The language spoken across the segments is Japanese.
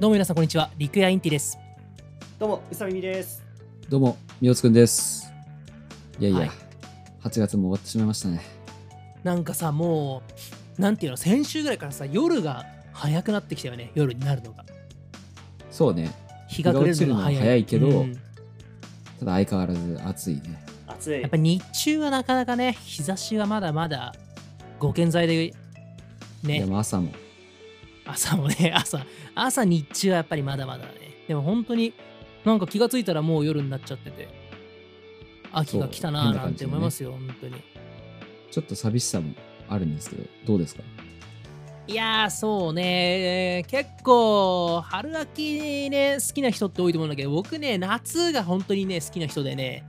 どうも皆さんこんにちはリクヤインティですどうも、うさみみです。どうも、みおつくんです。いやいや、はい8月も終わってしまいましたね。なんかさもうなんていうの先週ぐらいからさ夜が早くなってきたよね夜になるのがそうね、日が暮れるのが早い日が落ちるのが早いけどうんただ相変わらず暑いね。暑い。やっぱ日中はなかなかね日差しはまだまだご健在ででねも朝も。朝もね 朝朝日中はやっぱりまだまだだねでも本当になんか気がついたらもう夜になっちゃってて秋が来たなそーうなんて思いますよ、本当にちょっと寂しさもあるんですけど、どうですかいやーそうね結構春秋ね好きな人って多いと思うんだけど僕ね夏が本当にね好きな人でね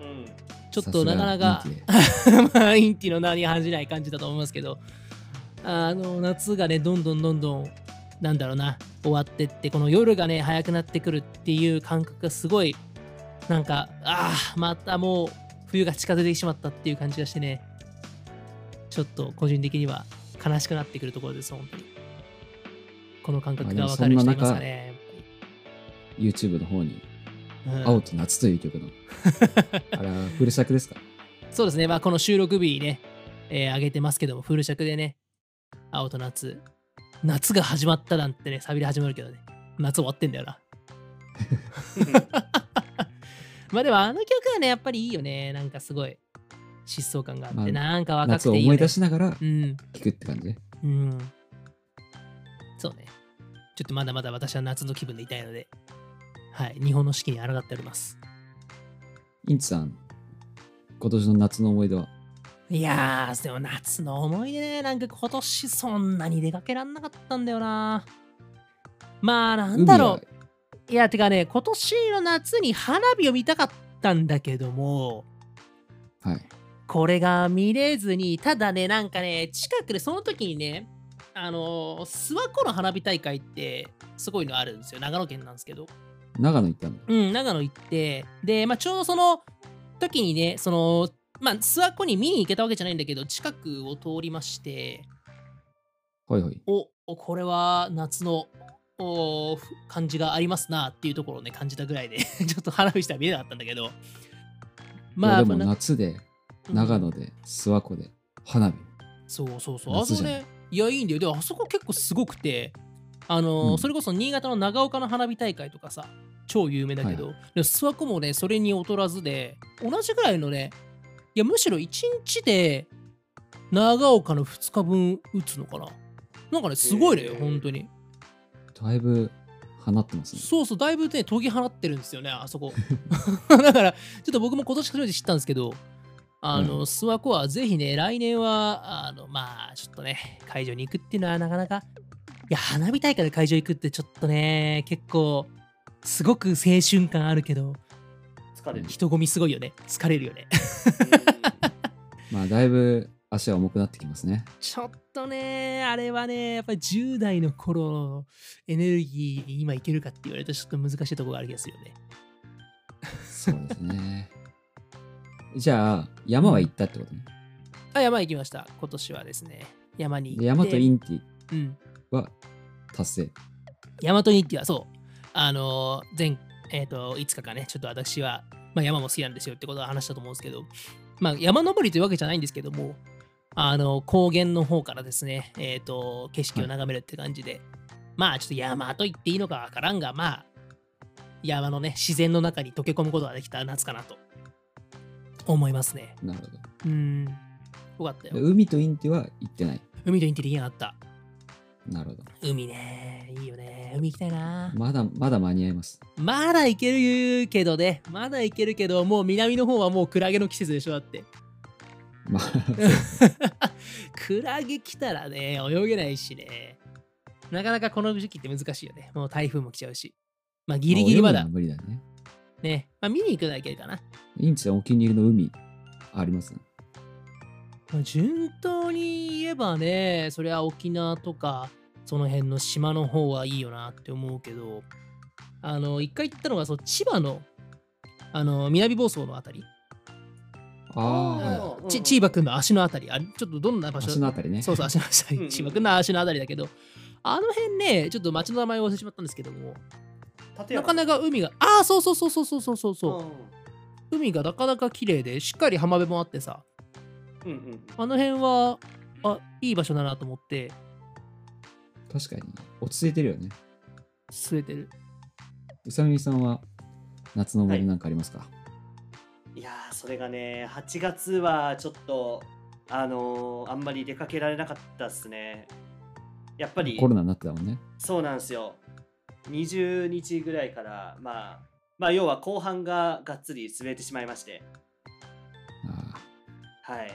うん。ちょっとなかなさかすがまあインティの名に恥じない感じだと思いますけどあの夏がねどんどんどんどんなんだろうな終わってってこの夜がね早くなってくるっていう感覚がすごいなんかああまたもう冬が近づいてしまったっていう感じがしてねちょっと個人的には悲しくなってくるところです本当にこの感覚がわかる人いますかね YouTube の方に、うん青と夏という 曲の。あら、フル尺ですかそうですね、まあ、この収録日ね、えー上げてますけども、フル尺でね、青と夏、夏が始まったなんてね、サビで始まるけどね、夏終わってんだ よな。まあでも、あの曲はね、やっぱりいいよね、なんかすごい、疾走感があって、まあなんか若く夏をていい、ね。思い出しながらうん、聴くって感じね。うん。そうね。ちょっとまだまだ私は夏の気分でいたいので、はい、日本の四季に抗っております。インチさん、今年の夏の思い出は、いやー、でも夏の思い出ね、なんか今年そんなに出かけらんなかったんだよな。まあ、なんだろ海はう。いや、てかね、今年の夏に花火を見たかったんだけども、はい。これが見れずに、ただね、なんかね、近くでその時にね、あのー、諏訪湖の花火大会って、すごいのあるんですよ。長野県なんですけど。長野行ったの。うん、長野行って、で、まあ、ちょうどその時にね、その、まあ、諏訪湖に見に行けたわけじゃないんだけど、近くを通りまして、ほいほい。お、おこれは夏の、おふ感じがありますなっていうところをね、感じたぐらいで、 ちょっと花火したら見えなかったんだけど、まあ、でまもあな夏うで、ん長野で、諏訪湖で、花火。そうそうそう。あ夏そこじゃんね、いや、いいんだよ。でも、あそこ結構すごくて、あのーうんそれこそ新潟の長岡の花火大会とかさ、超有名だけど、でも諏訪湖もね、それに劣らずで、同じぐらいのね、いや、むしろ1日で長岡の2日分打つのかな。なんかね、すごいね、へー本当に。だいぶ放ってますね。そうそう、だいぶね、研ぎ放ってるんですよね、あ そこ。だから、ちょっと僕も今年初めて知ったんですけど、あの、うん諏訪湖はぜひね、来年は、あの、まあ、ちょっとね、会場に行くっていうのはなかなか、いや、花火大会で会場行くってちょっとね、結構、すごく青春感あるけど、疲れる。人混みすごいよね。疲れるよね。 まあだいぶ足は重くなってきますね。ちょっとね、あれはね、やっぱり10代の頃のエネルギーに今いけるかって言われるとちょっと難しいところがある気がするよね。そうです ね。じゃあ山は行ったってことね。あ、山行きました。今年はですね、山に行っでて。山とインティうん。は達成。ヤマトニッティはそう、あのー前、えっ、と、いつかかね、ちょっと私は、まあ、山も好きなんですよってことは話したと思うんですけど、まあ、山登りというわけじゃないんですけども、あの、高原の方からですね、えっ、と、景色を眺めるって感じで、まあ、ちょっと山と言っていいのかわからんが、まあ、山のね、自然の中に溶け込むことができた夏かなと思いますね。なるほど。うん。よかったでよ。海とインティは行ってない。海とインテリアあった。なるほど。海ね、いいよね。海行きたいな。まだまだ間に合います。まだいけるけどね。まだいけるけど、もう南の方はもうクラゲの季節でしょ、だって。 まあクラゲ来たらね、泳げないしね。なかなかこの時期って難しいよね。もう台風も来ちゃうし。まあギリギリま泳だぐのは無理だね。ね。まあ見に行くだけかな。インチはお気に入りの海あります、まあ順当に言えばね、そりゃ沖縄とか、その辺の島の方はいいよなって思うけど、あの、一回行ったのが、そう、千葉の、あの、南房総のあたり。ああ、ち千葉くんの足のあたりあれちょっとどんな場所足のあたりね。そうそう足の下うんうん千葉くんの足のあたりだけどあの辺ね、ちょっと町の名前を忘れてしまったんですけども、立な山かなか海が、ああ、そうそうそうそうそうそうそううそんう、海がなかなか綺麗で、しっかり浜辺もあってさ、うんうんあの辺は、あいい場所だなと思って、確かに落ち着いてるよね据えてる。宇佐美さんは夏の思い出なんかありますか、いやーそれがね8月はちょっとあのーあんまり出かけられなかったっすねやっぱりコロナになってたもんねそうなんですよ20日ぐらいからまあまあ要は後半ががっつり滑ってしまいましてあはい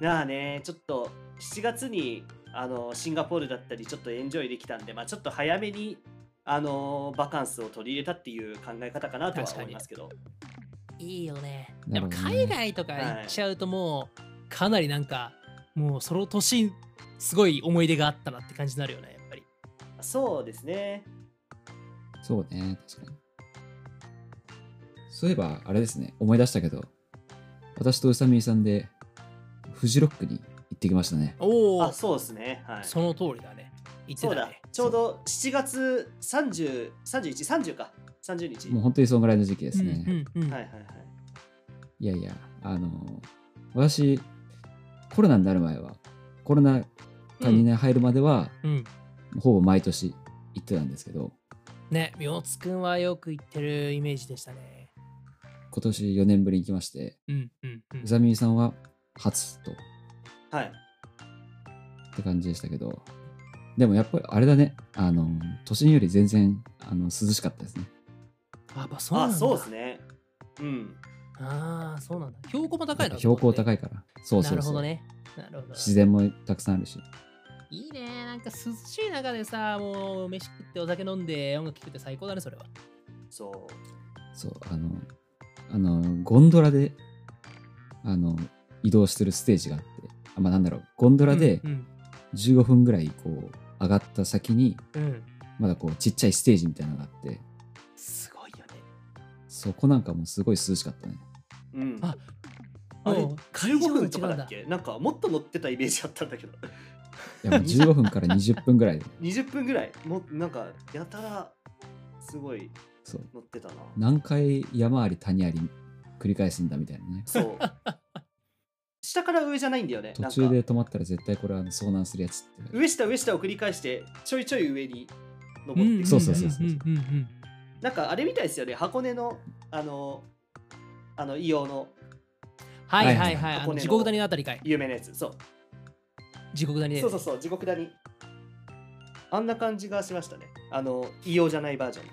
なあねちょっと7月にあのシンガポールだったりちょっとエンジョイできたんでまあちょっと早めにあのバカンスを取り入れたっていう考え方かなとは確か思にいますけどいいよね。でなるもほどね海外とか行っちゃうともう、かなりなんか、もうその年、すごい思い出があったなって感じになるよね、やっぱり。そうですねあそうね確かにそういえばあれですね思い出したけど私と宇佐美さんでフジロックに行ってきましたねおおあ、そうですねはいその通りだね。言ってそうただね。、ちょうど7月30、31、30か、30日。もう本当にそのぐらいの時期ですね、うんうんうんはいはいはい。いやいや、あの私、コロナになる前は、コロナ禍に、ね入るまでは、うんほぼ毎年行ってたんですけど、ね、みおつくんはよく行ってるイメージでしたね。今年4年ぶりに来まして、うんうんうん宇佐美さんは初とっはい、て感じでしたけど、でもやっぱりあれだね、あの都心より全然あの涼しかったですね。あ、やっぱそうなんあ、だ。そうですね。うん。ああ、そうなんだ。標高も高いの標高高い。いから、そうなそうるそほう、どね。なるほど。自然もたくさんあるし、いいね。なんか涼しい中でさ、もう飯食ってお酒飲んで音楽聴くって最高だね、それは。そう。そう、あの、あの、ゴンドラで、あの、移動してるステージがあって、あまあ、なんだろう、ゴンドラでうん15分ぐらい、こう、上がった先に、うん。うんまだこう、ちっちゃいステージみたいなのがあって、すごいよね。そこなんかもうすごい涼しかったね。うん、ああれもう15分と会場かが違うんだっけなんかもっと乗ってたイメージあったんだけどいや、もう15分から20分 ぐらいで、 20分ぐらいもなんかやたらすごいそう、乗ってた な何回山あり谷あり繰り返すんだみたいなね。そう下から上じゃないんだよね途中なでんか止まったら絶対これは遭難するやつって。上下上下を繰り返してちょいちょい上に登っていくそうそうそうそうんんんなんかあれみたいですよね箱根のあのあの硫黄のはいはいはい。あ箱根のの地獄谷のあたりかい。有名なやつそう地獄谷で。そうそうそう、地獄谷。あんな感じがしましたね。あの、硫黄じゃないバージョンの。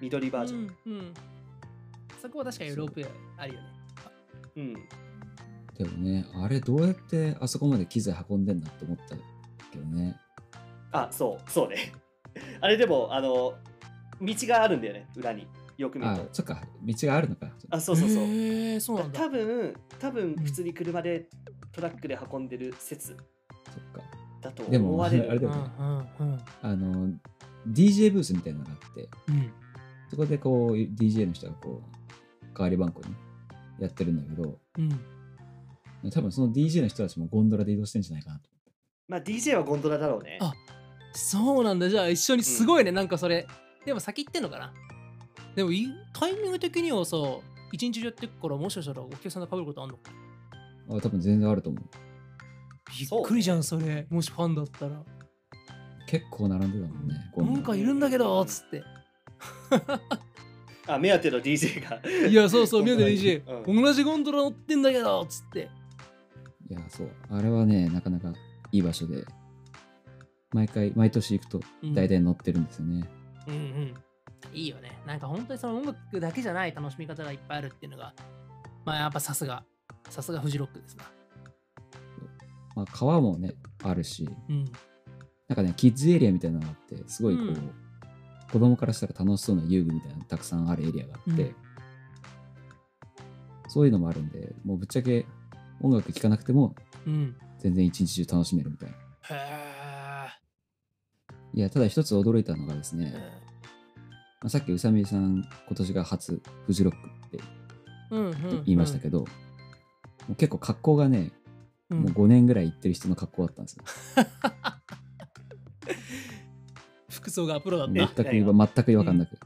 緑バージョン。うんうん。そこは確かにロープウェイあるよね。うん。でもね、あれどうやってあそこまで機材運んでんだって思ったけどね。あ、そう、そうね。 あれでも、あの、道があるんだよね、裏に。よく見るあと、。そっか、道があるのか。あ、そうそうそう。へえ、そうなんだ。多分、多う分、ん普通に車で、トラックで運んでる説そっか。だとでも思われあれだる。よねうんうんあの、DJ ブースみたいなのがあって、うん。そこでこう、DJ の人がこう、代わり番号にやってるんだけど、うん。うん多分その DJ の人たちもゴンドラで移動してんじゃないかなと。まあ、DJ はゴンドラだろうね。あそうなんだ。じゃあ一緒にすごいね、なんかそれ。でも先行ってんのかなでもいタイミング的にはさ、一日中やってくからもしかしたらお客さんが被ることあんのかあ多分全然あると思う。びっくりじゃん、それ。もしファンだったら。結構並んでたもんね。ゴなんンドかいるんだけど、つって。あ、目当ての DJ が。 いや、そうそう、宮田 DJ う、同じゴンドラ乗ってんだけど、つって。ラ。いや、そう。あれはね、なかなかいい場所で、毎回、毎年行くとうん大体乗ってるんですよね。うんうん。いいよね。なんか本当にその音楽だけじゃない楽しみ方がいっぱいあるっていうのが、まあやっぱさすが、さすがフジロックですな。まあ、川もね、あるし、うん。なんかね、キッズエリアみたいなのがあって、すごいこう、うん子供からしたら楽しそうな遊具みたいなのたくさんあるエリアがあって、うんそういうのもあるんで、もうぶっちゃけ音楽聴かなくてもうん。全然一日中楽しめるみたいな。へえ。いや、ただ一つ驚いたのがですね、まあ、さっき宇佐美さん、今年が初フジロックってうんうん。言いましたけど、もう結構格好がね、どもう5年ぐらい行ってる人の格好だったんですよ。服装がプロだった全ねく違和全く違和感なく、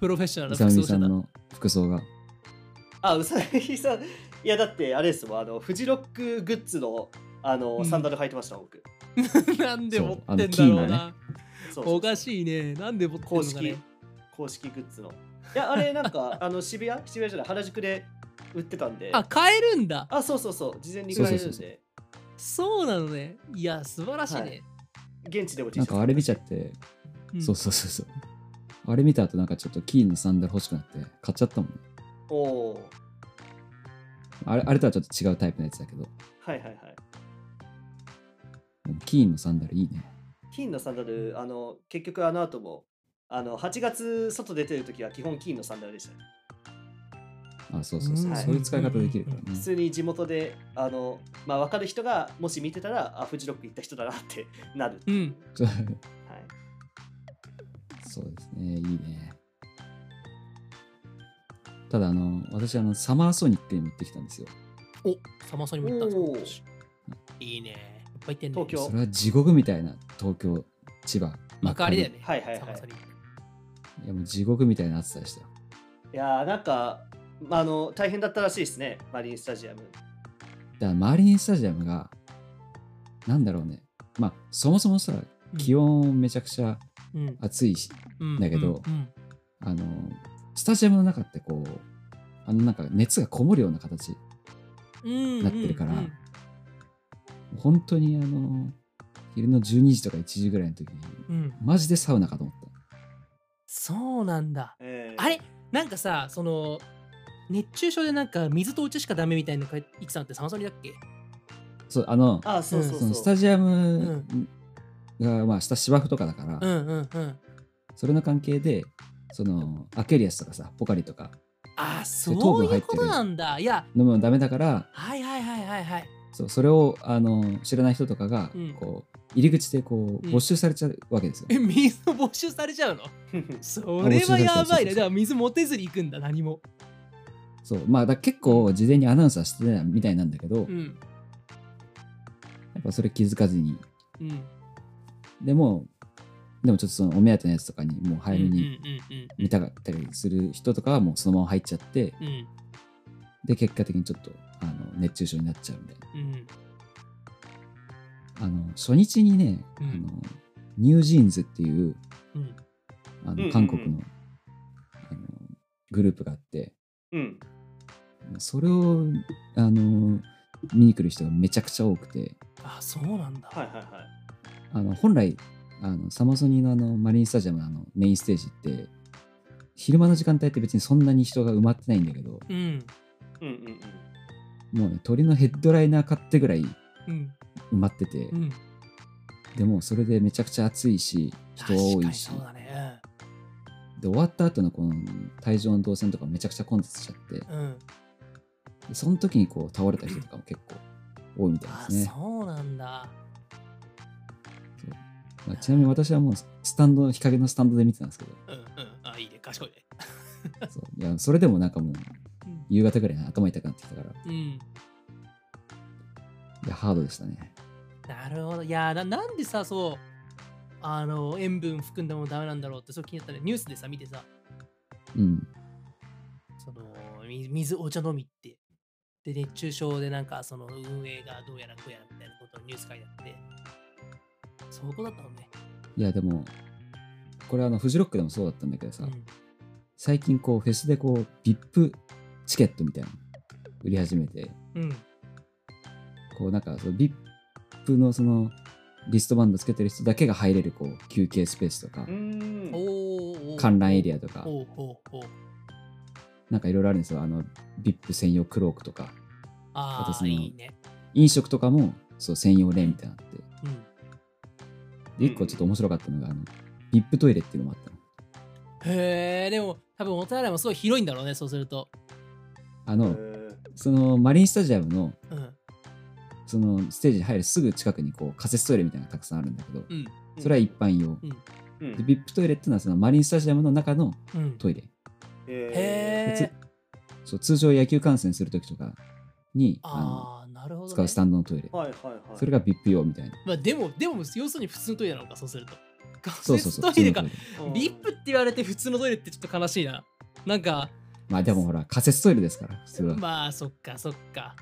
プロフェッショナルうなさ服装みさ者んだの服装が。あ、うさぎさん。いや、だって、あれですもん、あの、フジロックグッズの、あうの、んサンダル履いてました、僕。 なんで持ってんだそうあのろうキーのなそうそうおかしいねなんで持ってん公のか式ね、公式グッズの。いや、あれ、なんか、あの、渋谷渋谷じゃない、原宿で売ってたんで。あ買えるんだあ、そうそうそう、事前に買えるんで。そうそうそうそうなのねいや素晴らしいね、現地でも T シャなんツかあれ見ちゃって、うんそうそうそうそう。あれ見た後なんかちょっとキーのサンダル欲しくなって買っちゃったもんね。おおー。あれあれとはちょっと違うタイプのやつだけど、はいはいはい。キーのサンダルいいね。金のサンダル、あの、結局あの後も、あの、8月外出てる時は基本金のサンダルでした、ね。あ、そうそうそう。うんそういう使い方できるからね。普通に地元で、あの、まあ、わかる人が、もし見てたら、あ、フジロック行った人だなって なる。うんちょはい。 そうですね、いいね。ただ、あの、私、あの、サマーソニックに持ってきたんですよ。おサマソにも行ったんおーですか私いいねいっぱい行ってんね東京それは地獄みたいな、東京、千葉、幕張だよねはいはいはいサマソにいや、もう地獄みたいな暑さでしたよ。いやーなんか、まあ、あの大変だったらしいですね、マリンスタジアム。だから、マリンスタジアムが、なんだろうね。まあ、そもそもさ、気温めちゃくちゃうん暑いし、うんだけどうんうんあの、スタジアムの中ってこう、あの、なんか熱がこもるような形。うんなってるからうんうん本当にあの、昼の12時とか1時ぐらいの時に、うんマジでサウナかと思った。そうなんだえーあれなんかさその熱中症でなんか水とお茶しかダメみたいなの書いてたのってサマソニだっけそう、あの、あそうそうそそう。のスタジアムが、まあ、下芝生とかだから、うんうんうんそれの関係で、その、アケリアスとかさ、ポカリとかあで糖そう分い入うってることなんだいや飲むのダメだから、はいはいはいはいはいそうそれをあの知らない人とかが、うんこう、入り口でこう、うん没収されちゃうわけですよ。え水を没収されちゃうのそれはやばいねだから水持てずに行くんだ何もそう、まあ、だ結構、事前にアナウンサーしてたみたいなんだけど、うやんっぱそれ気づかずに、うんでも、でもちょっとそのお目当てのやつとかに、もう早めにうんうん見たかったりする人とかは、もうそのまま入っちゃって、うんうんで、結果的にちょっと、あの熱中症になっちゃうみたいな。うんあの初日にね、うんあのニュージーンズっていううんあうんうんうのん韓国の,、あのグループがあって うん、それをあの見に来る人がめちゃくちゃ多くてあそうなんだはいはいはい。あの本来あのサマソニーのあのマリンスタジアムのあのメインステージって昼間の時間帯って別にそんなに人が埋まってないんだけどうんうんうんうん。もうね鳥のヘッドライナー買ってぐらいうん埋まってて、うんでもうそれでめちゃくちゃ暑いし人多確かいにしそうだねで終わった後のこの会場の動線とかめちゃくちゃ混雑しちゃってうんうんでその時にこう倒れた人とかも結構多いみたいあですね。そうなんだまあちなみに私はもうスタンド、日陰のスタンドで見てたんですけど、うんうんあいいね賢いねそういやそれでもなんかもううん夕方ぐらいに頭痛くなってきたから、うんいや、ハードでしたね。なるほど。いやーな、なんでさ、そう、あの、塩分含んだものダメなんだろうって、そう気になったね。ニュースでさ、見てさ、うん。その、み水、お茶飲みって。で、熱中症でなんか、その、運営がどうやらこうやらみたいなことをニュース書いてあって。そこだったのね。いや、でも、これあの、フジロックでもそうだったんだけどうさ、ん。最近こう、フェスでこう、VIP チケットみたいなの売り始めて、うん。こう、なんかその VIP のその、リストバンドつけてる人だけが入れるこう休憩スペースとかうーん。おーおー。観覧エリリアとかおーおーおー。なんかいろいろあるんですよあの VIP 専用クロークとかあ私あ、のいいね。飲食とかもそう専用レーンみたいなのあってうん。で1個ちょっと面白かったのがあの VIP トイレっていうのもあったのへえ、でも、多分、お手洗いもすごい広いんだろうね、そうすると。あえのーそのマリンスタジアムのうん。そのステージに入るすぐ近くにこう仮設トイレみたいなのがたくさんあるんだけどうん。それは一般用うでん。 VIP トイレっていうのはそのマリンスタジアムの中のうん。トイレえへ別え。そう通常野球観戦する時とかにあああ、なるほのど、ね。使うスタンドのトイレー。はいはいはい。それが VIP 用みたいなまあでも、でも、要するに普通のトイレなのか、そうすると。仮そうそう設そう。トイレか普通のトイレリップって言われて普通のトイレってちょっと悲しいななんかまあでもほら、仮設トイレですから、普通は。まあそっかそっか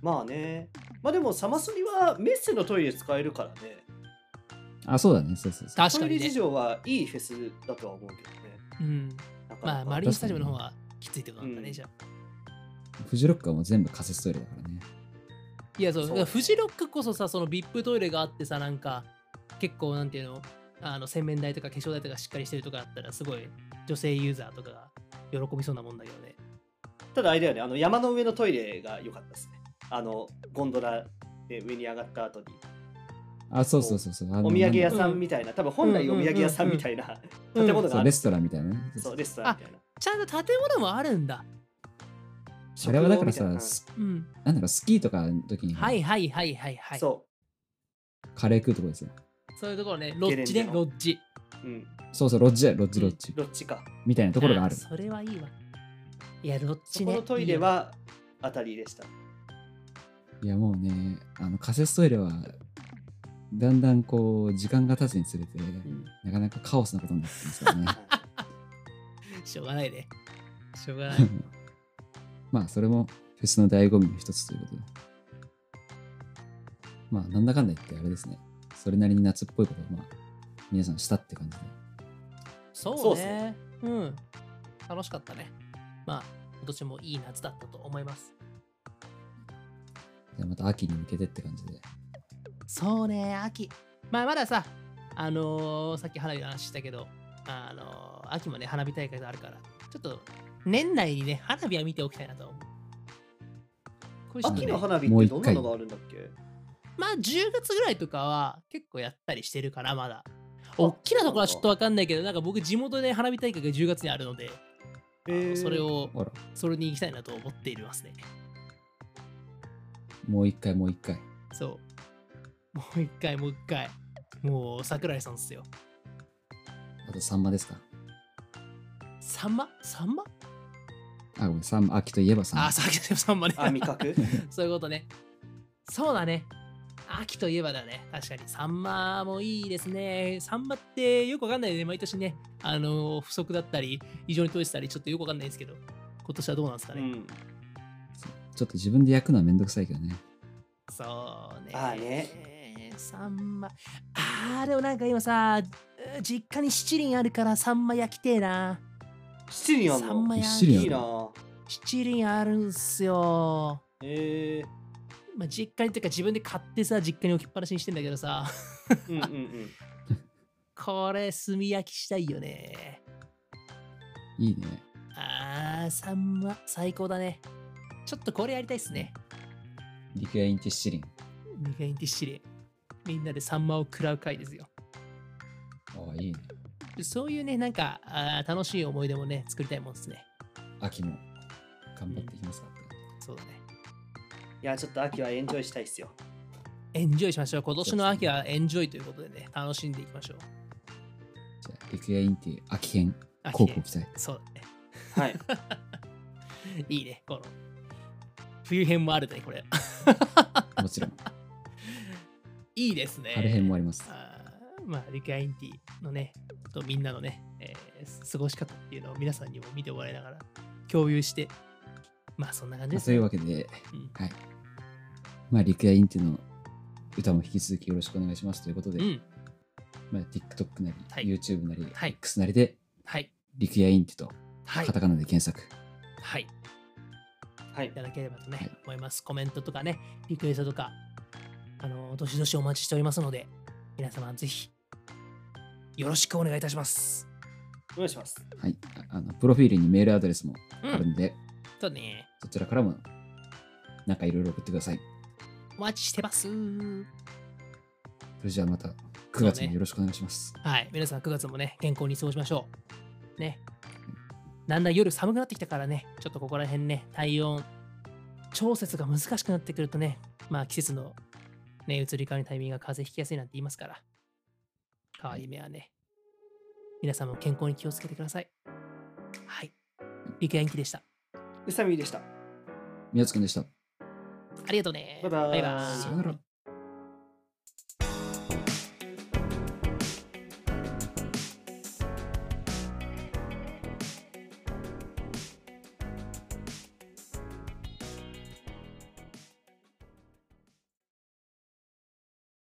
まあね。まあでも、サマソニはメッセのトイレ使えるからね。あ、そうだね、そうそうそう。確トかイレにね事、情はいいフェスだとは思うけどね。うん、なかなまあかマリンスタジオの方はきついってことなんだね、うんじゃあフジロックはもう全部仮設トイレだからね。いやそうそうだからフジロックこそさその VIP トイレがあってさなんか結構なんていうのあの洗面台とか化粧台とかしっかりしてるとかあったらすごい女性ユーザーとかが喜びそうなもんだけどねただあれだよね、あの山の上のトイレが良かったですね。あの、ゴンドラで上に上がった後に、あ、そうそうそうそう。おお土産屋ささんみたいな、多分本来お土産屋さんみたいなうんうんうん建物がそあう、レる。ストランみたいなね。そう、レストランみたいな。ちゃんと建物もあるんだあれはだから食堂みたいなさ、スうんなんだかスキーとかの時にはいはいはいはいはいそそカレー食うとこですよ。ういうところねロッジゲレねンデロのッジう、うん、そうそう、ロッジだよ、ロッジロッジ。どっちか。みたいなところがあるー。それはいいわいやロッそジこねのトイレは当たりでした。いやもうね、あの仮設トイレは、だんだんこう、時間が経つにつれて、うんなかなかカオスなことになってきますからね。いいよしょうがないねしょうが ないまあ、それもフェスの醍醐味の一つということで。まあ、なんだかんだ言ってあれですね。それなりに夏っぽいことを、まあ、皆さんしたって感じで。そそううねっすねうん楽しかったねまあ今年もいい夏だったと思いますじゃあまた秋に向けてって感じで。そうね、秋。まあ、まださ、あのーさっき花火の話したけど、あのー秋もね、花火大会があるから、ちょっと、年内にね、花火は見ておきたいなと思う。こういうそう時秋ね期ねの花火もっうて一どんな回のがあるんだっけまあ、10月ぐらいとかは、結構やったりしてるかな、まだ。あ大きなところはちょっとわかんないけど、なんか僕、地元で花火大会が10月にあるので、あのへーそれを、ほら、それに行きたいなと思っていますね。もう一回、もう一回。そう。もう一回、もう一回。もう、桜井さんっすよ。あと、サンマですか。さんまさんまあ、ごめん、サンマ、秋といえばサンマ。あ、さっきのさんまね。あ、味覚 そういうことね。そうだね。秋といえばだね。確かに。サンマもいいですね。サンマってよくわかんないでね。毎年ね、あの、不足だったり、異常に取れてたり、ちょっとよくわかんないですけど、今年はどうなんですかうね。ん。ちょっと自分で焼くのはめんどくさいけどね。そうね。ああねサンマ。あー、でもなんか今さ、実家に七輪あるからサンマ焼きてえな。七人あんサンマのや一種い類あいるなの。ぁ七輪あるんすよ。えまあ、実家にというか自分で買ってさ、実家に置きっぱなしにしてんだけどさ。 ー、うん うんうん。これ、炭焼きしたいよね。いいね。あー、サンマ、最高だね。ちょっとこれやりたいっすね。リクエインティッシリン。ミガインティッシリ。みんなでサンマを食らう会ですよ。ああ、いいね。そういうね、なんか、あー楽しい思い出もね、作りたいもんですね。秋も頑張っていきますかって。そうだね。いや、ちょっと秋はエンジョイしたいっすよ。エンジョイしましょう。今年の秋はエンジョイということでね、楽しんでいきましょう。じゃあ、リクエインティ秋編、秋広ね告期待。そうだね。はい。いいね、この。冬編もあるね、これ。 もちろん、いいですね。春編もあります。あーまあ、リクアインティのね、とみんなのね、えー過ごし方っていうのを皆さんにも見てもらいながら共有して、まあそんな感じまあですそうね、いうわけで、うんはい。まあ、リクエインティの歌も引き続きよろしくお願いしますということで、うん、まあ、TikTok なり、はい YouTube なり、はい X なりで、はい、リクエインティとはカいタ、カナで検索、はい、いはいた。だければとね、はい思います。コメントとかね、リクエストとか、あの、どしどしお待ちしておりますので、皆様ぜひ、よろしくお願いいたします。お願いします。はいああの。プロフィールにメールアドレスもうあるん、んで、とね、そちらからもなんかいろいろ送ってください。お待ちしてます。それじゃあまた9月もよろしくお願いします。はい、皆さん9月もね、健康に過ごしましょう。ね。だんだん夜寒くなってきたからね、ちょっとここら辺ね、体温調節が難しくなってくるとね、まあ季節のね、移り変わりのタイミングが風邪ひきやすいなんて言いますから、変わり目はね、皆さんも健康に気をつけてください。はい。リクエンキでした。うさみでした。宮津君でした。ありがとうね。バイバーイバイバさーイよなら。